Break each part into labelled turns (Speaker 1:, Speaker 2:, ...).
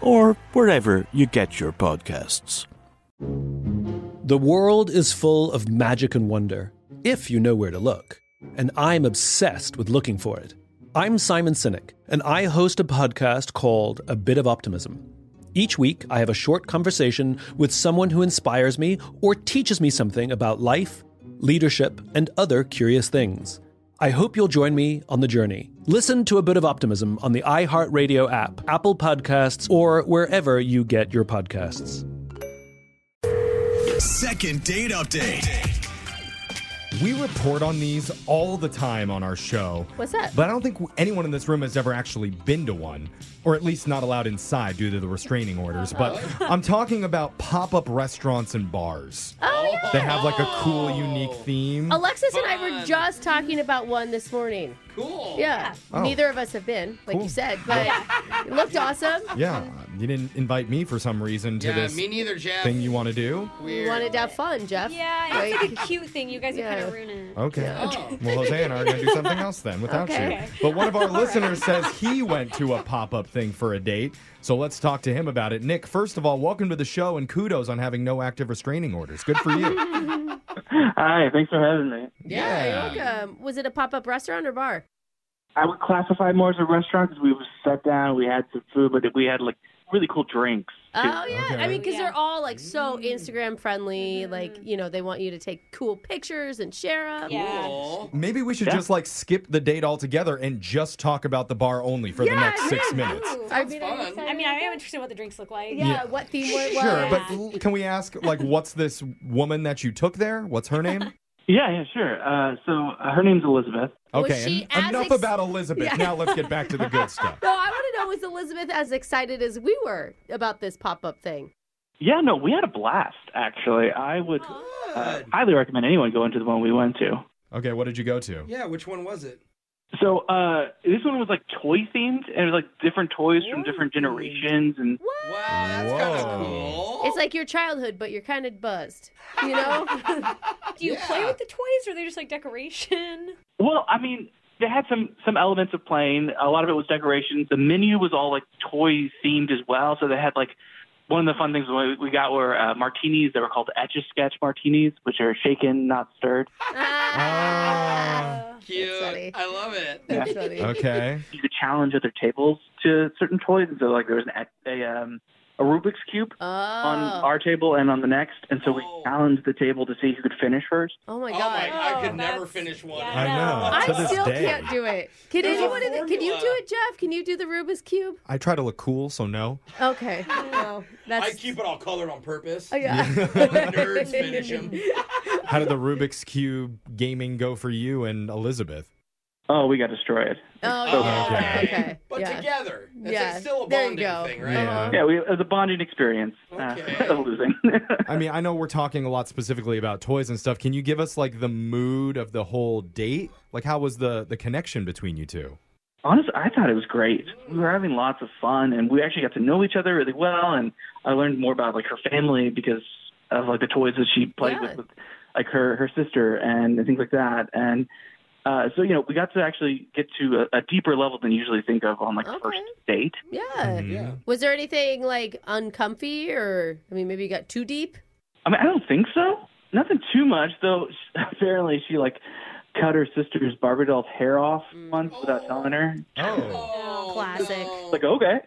Speaker 1: or wherever you get your podcasts.
Speaker 2: The world is full of magic and wonder, if you know where to look. And I'm obsessed with looking for it. I'm Simon Sinek, and I host a podcast called A Bit of Optimism. Each week, I have a short conversation with someone who inspires me or teaches me something about life, leadership, and other curious things. I hope you'll join me on the journey. Listen to a bit of optimism on the iHeartRadio app, Apple Podcasts, or wherever you get your podcasts.
Speaker 3: Second date update.
Speaker 4: We report on these all the time on our show.
Speaker 5: What's that?
Speaker 4: But I don't think anyone in this room has ever actually been to one, or at least not allowed inside due to the restraining orders. But
Speaker 5: Uh-huh.
Speaker 4: I'm talking about pop up restaurants and bars
Speaker 5: Oh, yeah.
Speaker 4: that have like a
Speaker 6: Oh.
Speaker 4: cool, unique theme.
Speaker 5: Alexis and I were just talking about one this morning. Cool. Yeah.
Speaker 4: Oh.
Speaker 5: Neither of us have been, like you said, but it looked awesome.
Speaker 4: Yeah, you didn't invite me for some reason to
Speaker 6: Yeah,
Speaker 4: this
Speaker 6: me neither, Jeff.
Speaker 4: thing you want to do.
Speaker 5: We wanted to have fun, Jeff.
Speaker 7: Yeah, it's like a cute thing. You guys are kind of ruining it.
Speaker 4: Okay.
Speaker 7: Yeah.
Speaker 4: Well, Jose and I are going to do something else then without you.
Speaker 7: Okay.
Speaker 4: But one of our listeners says he went to a pop up thing for a date. So let's talk to him about it. Nick, first of all, welcome to the show and kudos on having no active restraining orders. Good for you.
Speaker 8: Hi, thanks for having me.
Speaker 5: Yeah, you're welcome. Was it a pop up restaurant or bar?
Speaker 8: I would classify more as a restaurant because we were sat down, we had some food, but we had like really cool drinks. too.
Speaker 5: Oh yeah, I mean, because they're all like so Instagram friendly. Like you know, they want you to take cool pictures and share them. Yeah.
Speaker 4: Maybe we should just like skip the date altogether and just talk about the bar only for the next six minutes.
Speaker 7: I mean, I mean, I am interested in what the drinks look like.
Speaker 4: Yeah, Yeah. what
Speaker 5: theme
Speaker 4: Sure, but l- can we ask like what's this woman that you took there? What's her name?
Speaker 8: Yeah, yeah, sure. Uh, so uh, her name's Elizabeth.
Speaker 4: Okay, en- enough about Elizabeth.
Speaker 5: Yeah.
Speaker 4: Now let's get back to the good stuff.
Speaker 5: No, I want to know was Elizabeth as excited as we were about this pop up thing?
Speaker 8: Yeah, no, we had a blast actually. I would uh, highly recommend anyone going to the one we went to.
Speaker 4: Okay, what did you go to?
Speaker 6: Yeah, which one was it?
Speaker 8: So uh, this one was like toy themed, and it was like different toys from different generations. And
Speaker 6: Wow, that's kind of cool.
Speaker 5: It's like your childhood, but you're kind of buzzed. You know?
Speaker 7: Do you play with the toys, or are they just like decoration?
Speaker 8: Well, I mean, they had some some elements of playing. A lot of it was decorations. The menu was all like toy themed as well. So they had like one of the fun things we- we got were uh, martinis. They were called etch a sketch martinis, which are shaken, not stirred.
Speaker 6: Cute. I love it.
Speaker 4: Okay.
Speaker 8: You could challenge other tables to certain toys, and so like there was an, a um, a Rubik's cube on our table and on the next, and so we challenged the table to see who could finish first.
Speaker 5: Oh my god.
Speaker 6: I could never finish one.
Speaker 4: I know.
Speaker 5: I
Speaker 4: To this
Speaker 5: still
Speaker 4: day.
Speaker 5: can't do it. Can
Speaker 6: There's a
Speaker 5: anyone? in the- Can you
Speaker 6: formula.
Speaker 5: do it, Jeff? Can you do the Rubik's cube?
Speaker 4: I try to look cool, so no.
Speaker 5: Okay. No, that's.
Speaker 6: I keep it all colored on purpose.
Speaker 5: Oh, yeah.
Speaker 6: Nerds finish them.
Speaker 4: How did the Rubik's Cube gaming go for you and Elizabeth?
Speaker 8: Oh, we got destroyed.
Speaker 5: Oh,
Speaker 8: So
Speaker 5: yeah.
Speaker 8: bad.
Speaker 5: Okay.
Speaker 6: But
Speaker 5: yeah.
Speaker 6: together. That's
Speaker 5: Yeah,
Speaker 6: it's still a
Speaker 5: there you
Speaker 6: bonding
Speaker 5: go.
Speaker 6: thing, right?
Speaker 4: Yeah.
Speaker 8: Yeah, we, it was a bonding experience uh, of losing.
Speaker 4: I mean, I know we're talking a lot specifically about toys and stuff. Can you give us like the mood of the whole date? Like, how was the the connection between you two?
Speaker 8: Honestly, I thought it was great. We were having lots of fun, and we actually got to know each other really well. And I learned more about like her family because of like the toys that she played with, with, like her her sister and things like that. And uh, so you know, we got to actually get to a, a deeper level than you usually think of on like a first date.
Speaker 5: Yeah.
Speaker 6: Mm-hmm.
Speaker 5: Was there anything like uncomfy, or I mean, maybe you got too deep?
Speaker 8: I mean, I don't think so. Nothing too much, though. Apparently, she like cut her sister's Barbie doll's hair off once without telling her.
Speaker 4: Oh.
Speaker 5: classic.
Speaker 9: Like, okay.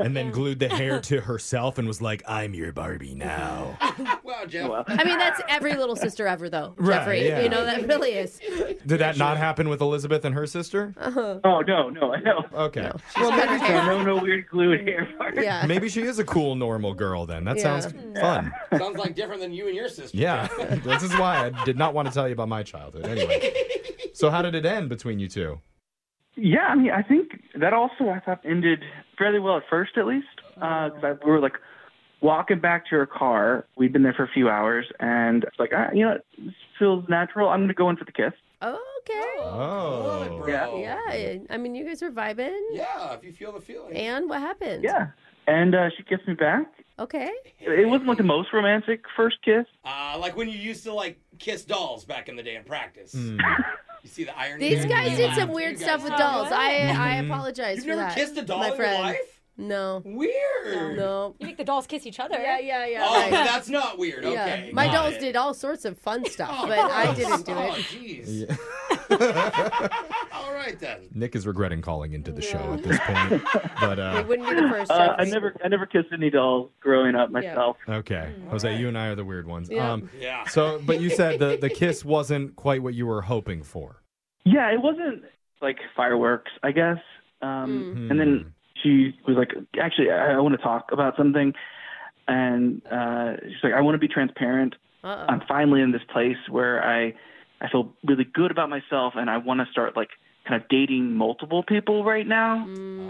Speaker 4: and then glued the hair to herself and was like, "I'm your Barbie now."
Speaker 5: Wow, Jeff. I mean, that's every little sister ever, though,
Speaker 4: Right,
Speaker 5: Jeffrey.
Speaker 4: yeah.
Speaker 5: You know, that really is.
Speaker 4: Did that not happen with Elizabeth and her sister?
Speaker 5: Uh-huh.
Speaker 9: Oh no, no, no.
Speaker 4: Okay.
Speaker 5: Well, maybe
Speaker 9: no, no weird glued hair part.
Speaker 5: Yeah.
Speaker 4: Maybe she is a cool normal girl then. That
Speaker 6: Yeah.
Speaker 4: sounds fun.
Speaker 6: Sounds like different than you and your sister.
Speaker 4: Yeah. this is why I did not want to tell you about my childhood. Anyway. So how did it end between you two?
Speaker 9: Yeah, I mean, I think that also I thought ended fairly well at first, at least, because I we were like walking back to her car. We'd been there for a few hours, and it's like, ah, you know, this feels natural. I'm gonna go in for the kiss.
Speaker 5: Okay.
Speaker 4: Oh.
Speaker 9: Yeah.
Speaker 5: Yeah. I mean, you guys are vibing.
Speaker 6: Yeah, if you feel the feeling.
Speaker 5: And what happened?
Speaker 9: Yeah. And uh, she kissed me back.
Speaker 5: Okay.
Speaker 9: It wasn't like the most romantic first kiss.
Speaker 6: Uh, like when you used to like kiss dolls back in the day in practice.
Speaker 8: Hmm.
Speaker 6: You see the irony.
Speaker 5: These
Speaker 6: there?
Speaker 5: guys
Speaker 6: You
Speaker 5: did
Speaker 6: laugh.
Speaker 5: some weird
Speaker 6: You
Speaker 5: stuff
Speaker 6: guys
Speaker 5: with
Speaker 6: did.
Speaker 5: dolls. I I
Speaker 6: Mhm.
Speaker 5: apologize
Speaker 6: You've
Speaker 5: for
Speaker 6: never
Speaker 5: that.
Speaker 6: kissed a doll
Speaker 5: my
Speaker 6: in your
Speaker 5: friend.
Speaker 6: life?
Speaker 5: No.
Speaker 6: Weird.
Speaker 5: No.
Speaker 10: You make the dolls kiss each other.
Speaker 5: Yeah, yeah, yeah.
Speaker 6: Oh,
Speaker 5: right.
Speaker 6: that's not weird.
Speaker 5: Yeah.
Speaker 6: Okay.
Speaker 5: My
Speaker 6: got
Speaker 5: dolls
Speaker 6: it.
Speaker 5: did all sorts of fun stuff,
Speaker 6: Oh,
Speaker 5: but I
Speaker 6: gross.
Speaker 5: didn't do
Speaker 6: Oh,
Speaker 5: it.
Speaker 6: jeez. All right then.
Speaker 4: Nick is regretting calling into the show at this point. But uh,
Speaker 5: wouldn't be the first.
Speaker 9: Uh, I
Speaker 5: Jeffrey.
Speaker 9: never, I never kissed any dolls growing up myself.
Speaker 4: Okay,
Speaker 5: Mm.
Speaker 4: Jose, you and I are the weird ones.
Speaker 9: Yeah.
Speaker 4: Um,
Speaker 6: yeah.
Speaker 4: So, but you said the the kiss wasn't quite what you were hoping for.
Speaker 9: Yeah, it wasn't like fireworks, I guess. Um, And then she was like, actually, I, I want to talk about something. And uh, she's like, I want to be transparent.
Speaker 5: Uh-oh.
Speaker 9: I'm finally in this place where I, I feel really good about myself and I want to start like kind of dating multiple people right now.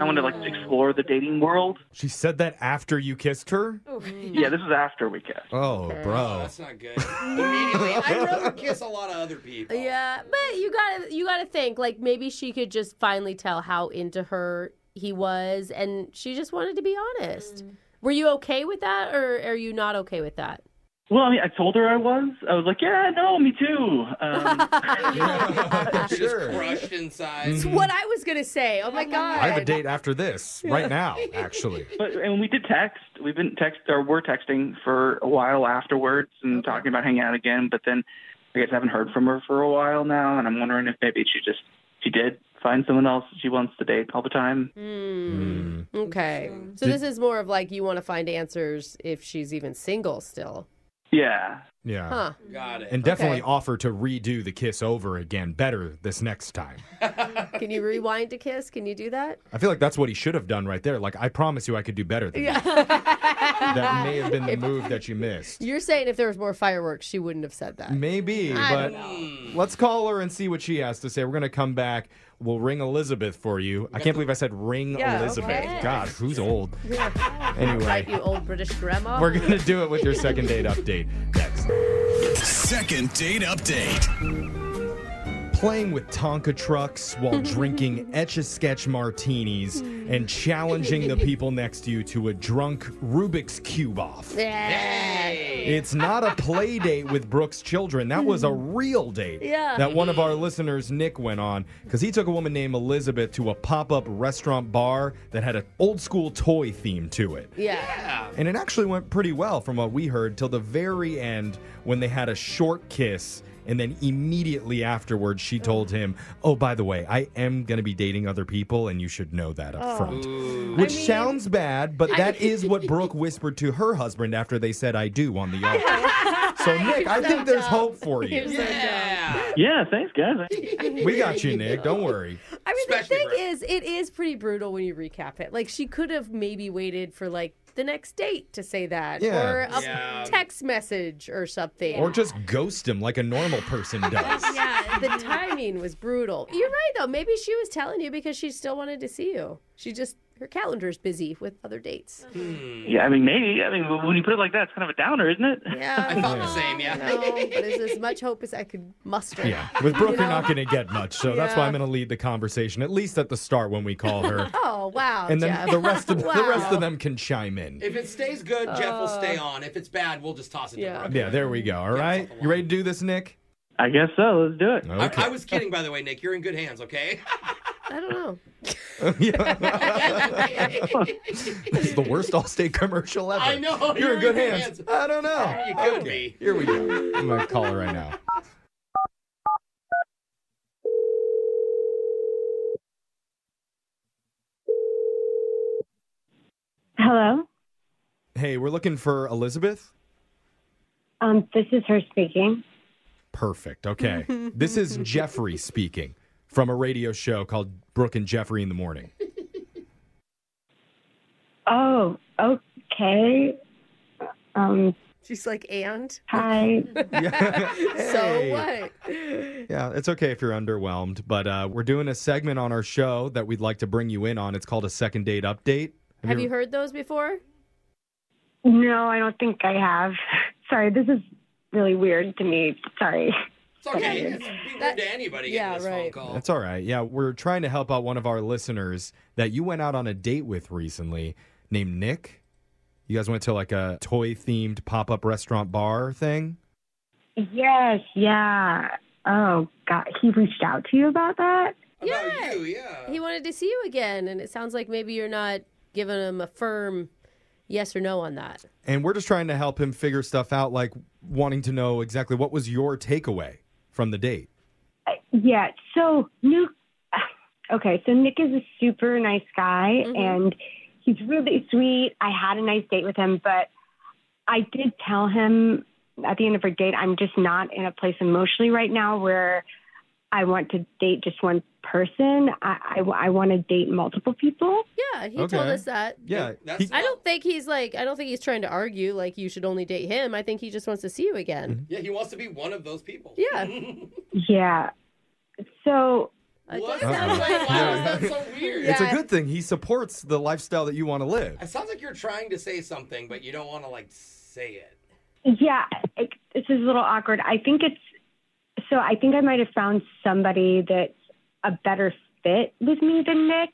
Speaker 9: I want to like explore the dating world.
Speaker 4: She said that after you kissed her.
Speaker 9: Yeah, this is after we kissed.
Speaker 4: Oh,
Speaker 6: Oh,
Speaker 4: bro.
Speaker 6: that's not good. Immediately, I'd rather kiss a lot of other people.
Speaker 5: Yeah, but you gotta you gotta think like maybe she could just finally tell how into her he was, and she just wanted to be honest. Were you okay with that, or are you not okay with that?
Speaker 9: Well, I mean, I told her I was. I was like, yeah, no, me too. Um,
Speaker 6: You're just crushed inside.
Speaker 5: It's what I was gonna say. Oh my god!
Speaker 4: I have a date after this right now, actually.
Speaker 9: But and we did text. We've been text or were texting for a while afterwards and talking about hanging out again. But then I guess I haven't heard from her for a while now, and I'm wondering if maybe she just she did find someone else she wants to date all the time.
Speaker 5: Mm. Okay, so
Speaker 9: Did-
Speaker 5: this is more of like you want to find answers if she's even single still.
Speaker 9: Yeah.
Speaker 4: Yeah.
Speaker 5: Huh.
Speaker 6: Got it.
Speaker 4: And definitely
Speaker 5: Okay.
Speaker 4: offer to redo the kiss over again, better this next time.
Speaker 5: Can you rewind a kiss? Can you do that?
Speaker 4: I feel like that's what he should have done right there. Like, I promise you, I could do better than
Speaker 5: Yeah.
Speaker 4: that. That may have been the move that you missed.
Speaker 5: You're saying if there was more fireworks, she wouldn't have said that.
Speaker 4: Maybe,
Speaker 5: I
Speaker 4: but
Speaker 5: don't know.
Speaker 4: let's call her and see what she has to say. We're going to come back. We'll ring Elizabeth for you. I can't believe I said ring
Speaker 5: Yeah,
Speaker 4: Elizabeth.
Speaker 5: okay.
Speaker 4: God, who's old?
Speaker 5: Right,
Speaker 4: Anyway,
Speaker 5: you old British grandma.
Speaker 4: we're going to do it with your second date update next.
Speaker 11: Second date update.
Speaker 4: Playing with Tonka trucks while drinking etch a sketch martinis and challenging the people next to you to a drunk Rubik's Cube off. It's not a play date with Brooke's children. That was a real date
Speaker 6: Yeah.
Speaker 4: that one of our listeners, Nick, went on because he took a woman named Elizabeth to a pop up restaurant bar that had an old school toy theme to it.
Speaker 5: Yeah.
Speaker 4: And it actually went pretty well from what we heard till the very end when they had a short kiss. And then immediately afterwards, she told him, Oh, by the way, I am going to be dating other people, and you should know that up
Speaker 6: Oh.
Speaker 4: front. Which sounds bad, but that is what Brooke whispered to her husband after they said, I do on the yard. so, Nick, I think there's hope for you.
Speaker 9: Yeah, thanks, guys.
Speaker 4: We got you, Nick. Don't worry.
Speaker 5: I mean, the thing is, it is pretty brutal when you recap it. Like, she could have maybe waited for like the next date to say that,
Speaker 4: Yeah.
Speaker 5: or a
Speaker 4: Yeah.
Speaker 5: text message or something.
Speaker 4: Or just ghost him like a normal person does.
Speaker 5: yeah, the timing was brutal. You're right though. Maybe she was telling you because she still wanted to see you. She just her calendar's busy with other dates.
Speaker 9: Yeah, I mean, maybe. I mean, when you put it like that, it's kind of a downer, isn't it?
Speaker 5: Yeah,
Speaker 9: I thought the
Speaker 6: same. Yeah.
Speaker 5: No, but it's as much hope as I could muster.
Speaker 4: Yeah. With Brooke,
Speaker 5: You
Speaker 4: you're
Speaker 5: know?
Speaker 4: not going to get much. So that's why
Speaker 5: Yeah.
Speaker 4: I'm going to lead the conversation, at least at the start when we call her.
Speaker 5: Oh wow!
Speaker 4: And then
Speaker 5: Jeff.
Speaker 4: the rest of the rest
Speaker 5: Wow.
Speaker 4: of them can chime in.
Speaker 6: If it stays good, Jeff will stay
Speaker 5: Uh,
Speaker 6: on. If it's bad, we'll just toss it to Brooke.
Speaker 4: Yeah, there we go. All right. You ready to do this, Nick?
Speaker 9: I guess so. Let's do it.
Speaker 6: I-
Speaker 4: Okay.
Speaker 6: I, was kidding, by the way, Nick. You're in good hands, okay?
Speaker 5: I don't know.
Speaker 4: this is the worst Allstate commercial ever.
Speaker 6: I know.
Speaker 4: You're, in good hands. I don't know.
Speaker 6: You could be.
Speaker 4: Here we go. I'm going to call her right now.
Speaker 8: Hello.
Speaker 4: Hey, we're looking for Elizabeth.
Speaker 8: Um, this is her speaking.
Speaker 4: Perfect. Okay. this is Jeffrey speaking from a radio show called Brooke and Jeffrey in the Morning.
Speaker 8: Oh, okay. Um,
Speaker 5: She's like, and?
Speaker 8: hi.
Speaker 5: So
Speaker 4: Hey.
Speaker 5: what?
Speaker 4: Yeah, it's okay if you're underwhelmed, but uh, we're doing a segment on our show that we'd like to bring you in on. It's called a second date update.
Speaker 5: Have you heard those before?
Speaker 8: No, I don't think I have. Sorry, this is really weird to me. Sorry.
Speaker 10: It's okay. It's be rude to anybody yeah, getting this phone call.
Speaker 4: That's all right. Yeah, we're trying to help out one of our listeners that you went out on a date with recently named Nick. You guys went to like a toy themed pop up restaurant bar thing.
Speaker 8: Yes, yeah. Oh, God. He reached out to you about that?
Speaker 5: yeah. He wanted to see you again, and it sounds like maybe you're not giving him a firm yes or no on that.
Speaker 4: And we're just trying to help him figure stuff out, like wanting to know exactly what was your takeaway from the date.
Speaker 8: Yeah. So Nick, okay. So Nick is a super nice guy,
Speaker 12: Mhm.
Speaker 8: and he's really sweet. I had a nice date with him, but I did tell him at the end of our date, I'm just not in a place emotionally right now where I want to date just one person. I I, I want to date multiple people.
Speaker 5: Yeah, he told
Speaker 8: Okay.
Speaker 5: us that.
Speaker 8: Yeah,
Speaker 4: That's-
Speaker 5: I don't think he's like, I don't think he's trying to argue like you should only date him. I think he just wants to see you
Speaker 4: Mm-hmm.
Speaker 5: again.
Speaker 10: Yeah, he wants to be one of those people.
Speaker 5: Yeah.
Speaker 8: Yeah. So.
Speaker 10: What?
Speaker 4: Uh-oh.
Speaker 10: Wow, is that so weird?
Speaker 4: It's a good thing. He supports the lifestyle that you want to live.
Speaker 10: It sounds like you're trying to say something, but you don't want to like say it.
Speaker 8: Yeah, it, it's just a little awkward. I think it's so. I think I might have found somebody that's a better fit with me than Nick.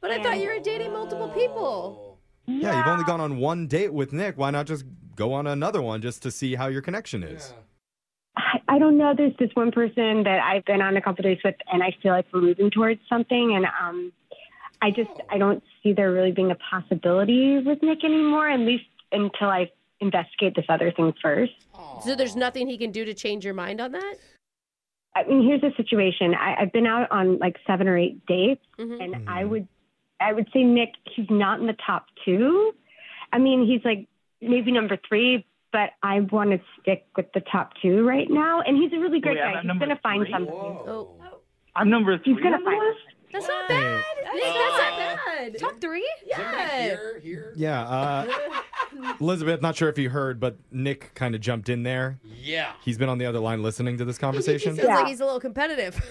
Speaker 5: But I thought you were dating multiple people.
Speaker 4: Yeah, you've only gone on one date with Nick. Why not just go on another one just to see how your connection is?
Speaker 8: I, I don't know. There's this one person that I've been on a couple dates with, and I feel like we're moving towards something. And um, I just I don't see there really being a possibility with Nick anymore, at least until I investigate this other thing first.
Speaker 5: So there's nothing he can do to change your mind on that?
Speaker 8: I mean, here's the situation. I, I've been out on like seven or eight dates, and I would, I would say Nick, he's not in the top two. I mean, he's like maybe number three, but I want to stick with the top two right now. And he's a really great
Speaker 13: Wait, I'm
Speaker 8: guy.
Speaker 13: at
Speaker 8: He's
Speaker 13: number
Speaker 8: gonna find
Speaker 13: three?
Speaker 8: something.
Speaker 13: I'm number three.
Speaker 8: He's gonna
Speaker 13: on the
Speaker 8: find.
Speaker 13: list?
Speaker 5: That's not bad. Nick, that's not bad.
Speaker 14: Top three?
Speaker 5: Yeah.
Speaker 4: Yeah, uh, Elizabeth, not sure if you heard, but Nick kind of jumped in there.
Speaker 10: Yeah.
Speaker 4: He's been on the other line listening to this
Speaker 5: It
Speaker 4: conversation.
Speaker 5: sounds like he's a little competitive.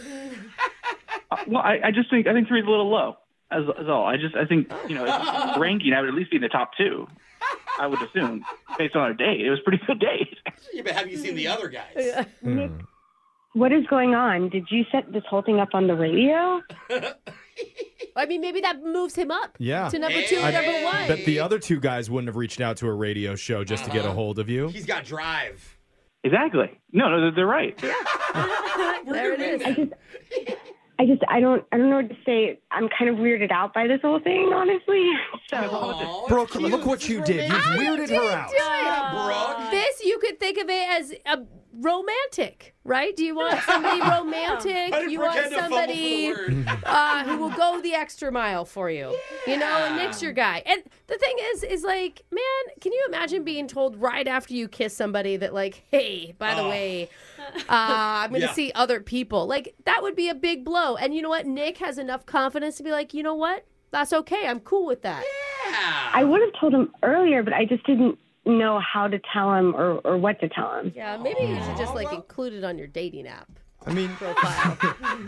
Speaker 13: Uh, well, I, I just think I think three's a little low. As, as all, I just I think you know if ranking, I would at least be in the top two. I would assume based on our date, it was a pretty good date.
Speaker 10: Yeah, but have you seen the other guys?
Speaker 8: Nick, what is going on? Did you set this whole thing up on the radio?
Speaker 5: I mean, maybe that moves him up.
Speaker 4: Yeah.
Speaker 5: To number two and
Speaker 4: I
Speaker 5: number one.
Speaker 4: bet the other two guys wouldn't have reached out to a radio show just to
Speaker 5: Uh-huh.
Speaker 4: get a hold of you.
Speaker 10: He's got drive.
Speaker 13: Exactly. No, no, they're- they're right.
Speaker 5: there it is.
Speaker 8: I just, I just, I don't, I don't know what to say. I'm kind of weirded out by this whole thing, honestly. So,
Speaker 4: Brooke, look what you did. You've weirded her out.
Speaker 5: This you could think of it as a romantic, right? Do you want somebody romantic?
Speaker 10: I didn't
Speaker 5: You want
Speaker 10: pretend to fumble for the
Speaker 5: somebody uh, who will go the extra mile for you. You know, and Nick's your guy. And the thing is, is like, man, can you imagine being told right after you kiss somebody that, like, hey, by the
Speaker 14: Oh.
Speaker 5: way, uh, I'm going to
Speaker 14: Yeah.
Speaker 5: see other people? Like, that would be a big blow. And you know what? Nick has enough confidence to be like, you know what? That's okay. I'm cool with that.
Speaker 8: I would have told him earlier, but I just didn't know how to tell him or, or what to tell him.
Speaker 5: Yeah, maybe you should just like include it on your dating app.
Speaker 4: I mean,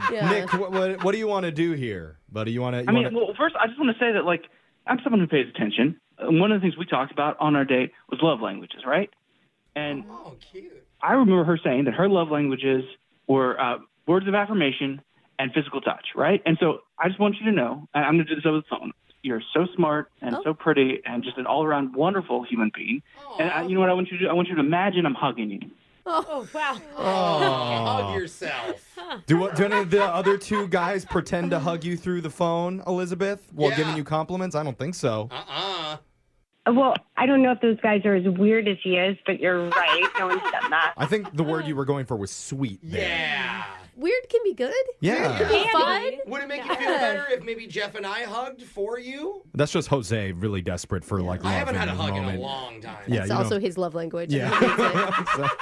Speaker 5: Yeah.
Speaker 4: Nick, what, what, what do you want to do here, buddy? You want to? You
Speaker 13: I mean,
Speaker 4: wanna...
Speaker 13: well, first I just want to say that like I'm someone who pays attention. And one of the things we talked about on our date was love languages, right? And
Speaker 10: oh, cute.
Speaker 13: I remember her saying that her love languages were uh, words of affirmation and physical touch, right? And so I just want you to know, and I'm going to do this over the phone. You're so smart and so pretty and just an all-around wonderful human being. And I, you know what I want you to do? I want you to imagine I'm hugging you.
Speaker 5: Oh, wow.
Speaker 4: Aw.
Speaker 10: Hug yourself.
Speaker 4: Do, what, do any of the other two guys pretend to hug you through the phone, Elizabeth, while giving you compliments? I don't think so.
Speaker 10: Uh-uh.
Speaker 8: Well, I don't know if those guys are as weird as he is, but you're right. No one's done that.
Speaker 4: I think the word you were going for was sweet. There.
Speaker 10: Yeah.
Speaker 5: Weird can be good.
Speaker 4: Yeah.
Speaker 5: Weird can be
Speaker 4: Yeah.
Speaker 5: fun.
Speaker 6: Would it make you feel better if maybe Jeff and I hugged for you?
Speaker 4: That's just Jose really desperate for like.
Speaker 6: I haven't
Speaker 4: love
Speaker 6: had a
Speaker 4: in
Speaker 6: hug
Speaker 4: the
Speaker 6: in a
Speaker 4: moment.
Speaker 6: long time.
Speaker 4: Yeah,
Speaker 5: it's
Speaker 4: you know-
Speaker 5: also his love language.
Speaker 4: Yeah. So-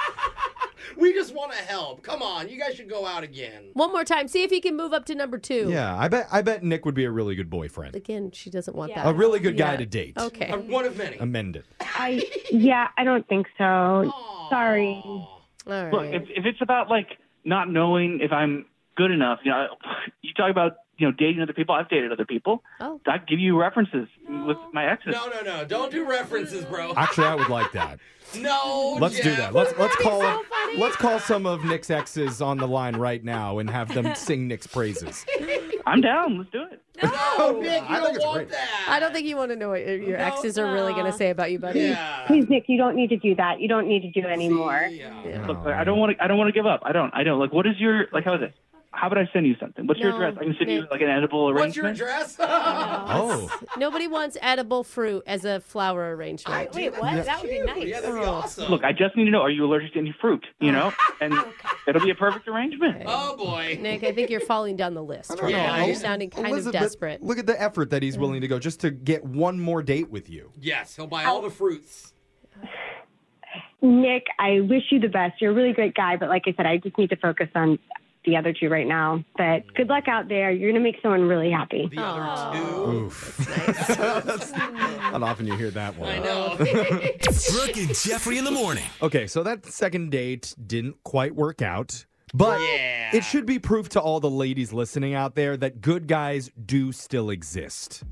Speaker 6: We just want to help. Come on, you guys should go out again.
Speaker 5: One more time. See if he can move up to number two.
Speaker 4: yeah, I bet I bet Nick would be a really good boyfriend,
Speaker 5: Again, she doesn't want that.
Speaker 4: a really good guy
Speaker 5: Yeah.
Speaker 4: to date.
Speaker 5: Okay.
Speaker 6: one of many.
Speaker 4: Amend it.
Speaker 8: I yeah, I don't think so. Sorry.
Speaker 9: Look, if, if it's about like not knowing if I'm good enough, you know, I- you talk about you know dating other people. I've dated other people.
Speaker 5: Oh.
Speaker 9: I give you references with my exes.
Speaker 6: No, no, no. Don't do references, bro.
Speaker 4: Actually, I would like that.
Speaker 6: No.
Speaker 4: let's do
Speaker 6: Jeff.
Speaker 4: that. Let's let's call up, let's call some of Nick's exes on the line right now and have them sing Nick's praises.
Speaker 9: I'm down. Let's do it.
Speaker 6: Oh, Nick, you don't want
Speaker 4: great.
Speaker 6: that.
Speaker 5: I don't think you want to know what your your exes are really going to say about you, buddy.
Speaker 8: Please, Nick, you don't need to do that. You don't need to do it anymore.
Speaker 9: Look, I don't want to. I don't want to give up. I don't. I don't. Like, what is your like? How is it? How about I send you something? What's your
Speaker 5: No,
Speaker 9: address? I can send you
Speaker 5: Nick.
Speaker 9: like an edible arrangement.
Speaker 6: What's your address?
Speaker 9: Oh.
Speaker 5: Nobody wants edible fruit as a flower arrangement.
Speaker 10: Wait, what?
Speaker 9: Yeah.
Speaker 10: That would be nice.
Speaker 6: Yeah, that'd be awesome.
Speaker 9: Look, I just need to know: Are you allergic to any fruit?
Speaker 5: Oh.
Speaker 9: You know, and it'll be a perfect arrangement.
Speaker 6: Oh boy,
Speaker 5: Nick, I think you're falling down the list.
Speaker 4: I
Speaker 5: right
Speaker 4: don't
Speaker 5: now.
Speaker 4: know.
Speaker 5: You're sounding kind
Speaker 4: Elizabeth,
Speaker 5: of desperate.
Speaker 4: Look at the effort that he's willing to go just to get one more date with you.
Speaker 6: Yes, he'll buy all the fruits.
Speaker 8: Nick, I wish you the best. You're a really great guy, but like I said, I just need to focus on the other two right now. But good luck out there. You're gonna make someone really happy.
Speaker 4: Oof. Not often you hear that one.
Speaker 6: I know.
Speaker 3: Brooke and Jeffrey in the morning.
Speaker 4: Okay, so that second date didn't quite work out, but
Speaker 3: Yeah.
Speaker 4: it should be proof to all the ladies listening out there that good guys do still exist.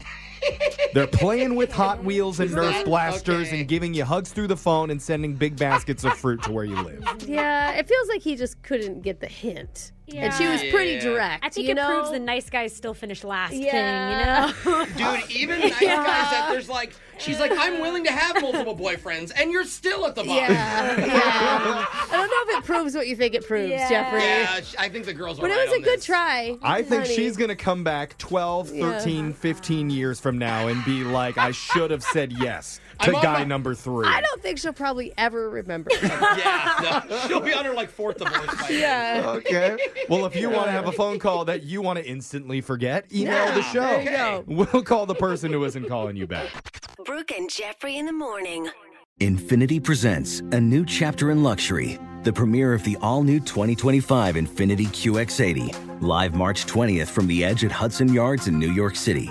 Speaker 4: They're playing with Hot Wheels and
Speaker 5: Is
Speaker 4: Nerf
Speaker 5: that-
Speaker 4: blasters and giving you hugs through the phone and sending big baskets of fruit to where you live.
Speaker 5: Yeah, it feels like he just couldn't get the hint. And she was
Speaker 4: Yeah.
Speaker 5: pretty direct.
Speaker 10: I think
Speaker 5: you
Speaker 10: it
Speaker 5: know?
Speaker 10: proves the nice guys still finish last
Speaker 5: Yeah.
Speaker 10: thing, you know?
Speaker 6: Dude, even nice guys that there's like, she's like, I'm willing to have multiple boyfriends, and you're still at the bottom.
Speaker 5: Yeah, yeah. I don't know if it proves what you think it proves, Jeffrey.
Speaker 6: Yeah, sh- I think the girls are
Speaker 5: But it
Speaker 6: right
Speaker 5: was a
Speaker 6: on
Speaker 5: good
Speaker 6: this.
Speaker 5: try.
Speaker 4: I think
Speaker 5: honey.
Speaker 4: she's going to come back 12,
Speaker 5: Yeah.
Speaker 4: 13, 15 years from now and be like, I should have said yes to
Speaker 6: I'm on
Speaker 4: guy
Speaker 6: my-
Speaker 4: number three.
Speaker 5: I don't think she'll probably ever remember.
Speaker 6: yeah, no, she'll be on her like fourth divorce by then.
Speaker 5: yeah.
Speaker 4: Okay. Well, if you want to have a phone call that you want to instantly forget, email
Speaker 15: Yeah,
Speaker 4: the show.
Speaker 15: there you go.
Speaker 4: We'll call the person who isn't calling you back.
Speaker 15: Brooke and Jeffrey in the morning.
Speaker 16: Infinity presents a new chapter in luxury, the premiere of the all new 2025 Infinity QX80, live March 20th from the edge at Hudson Yards in New York City,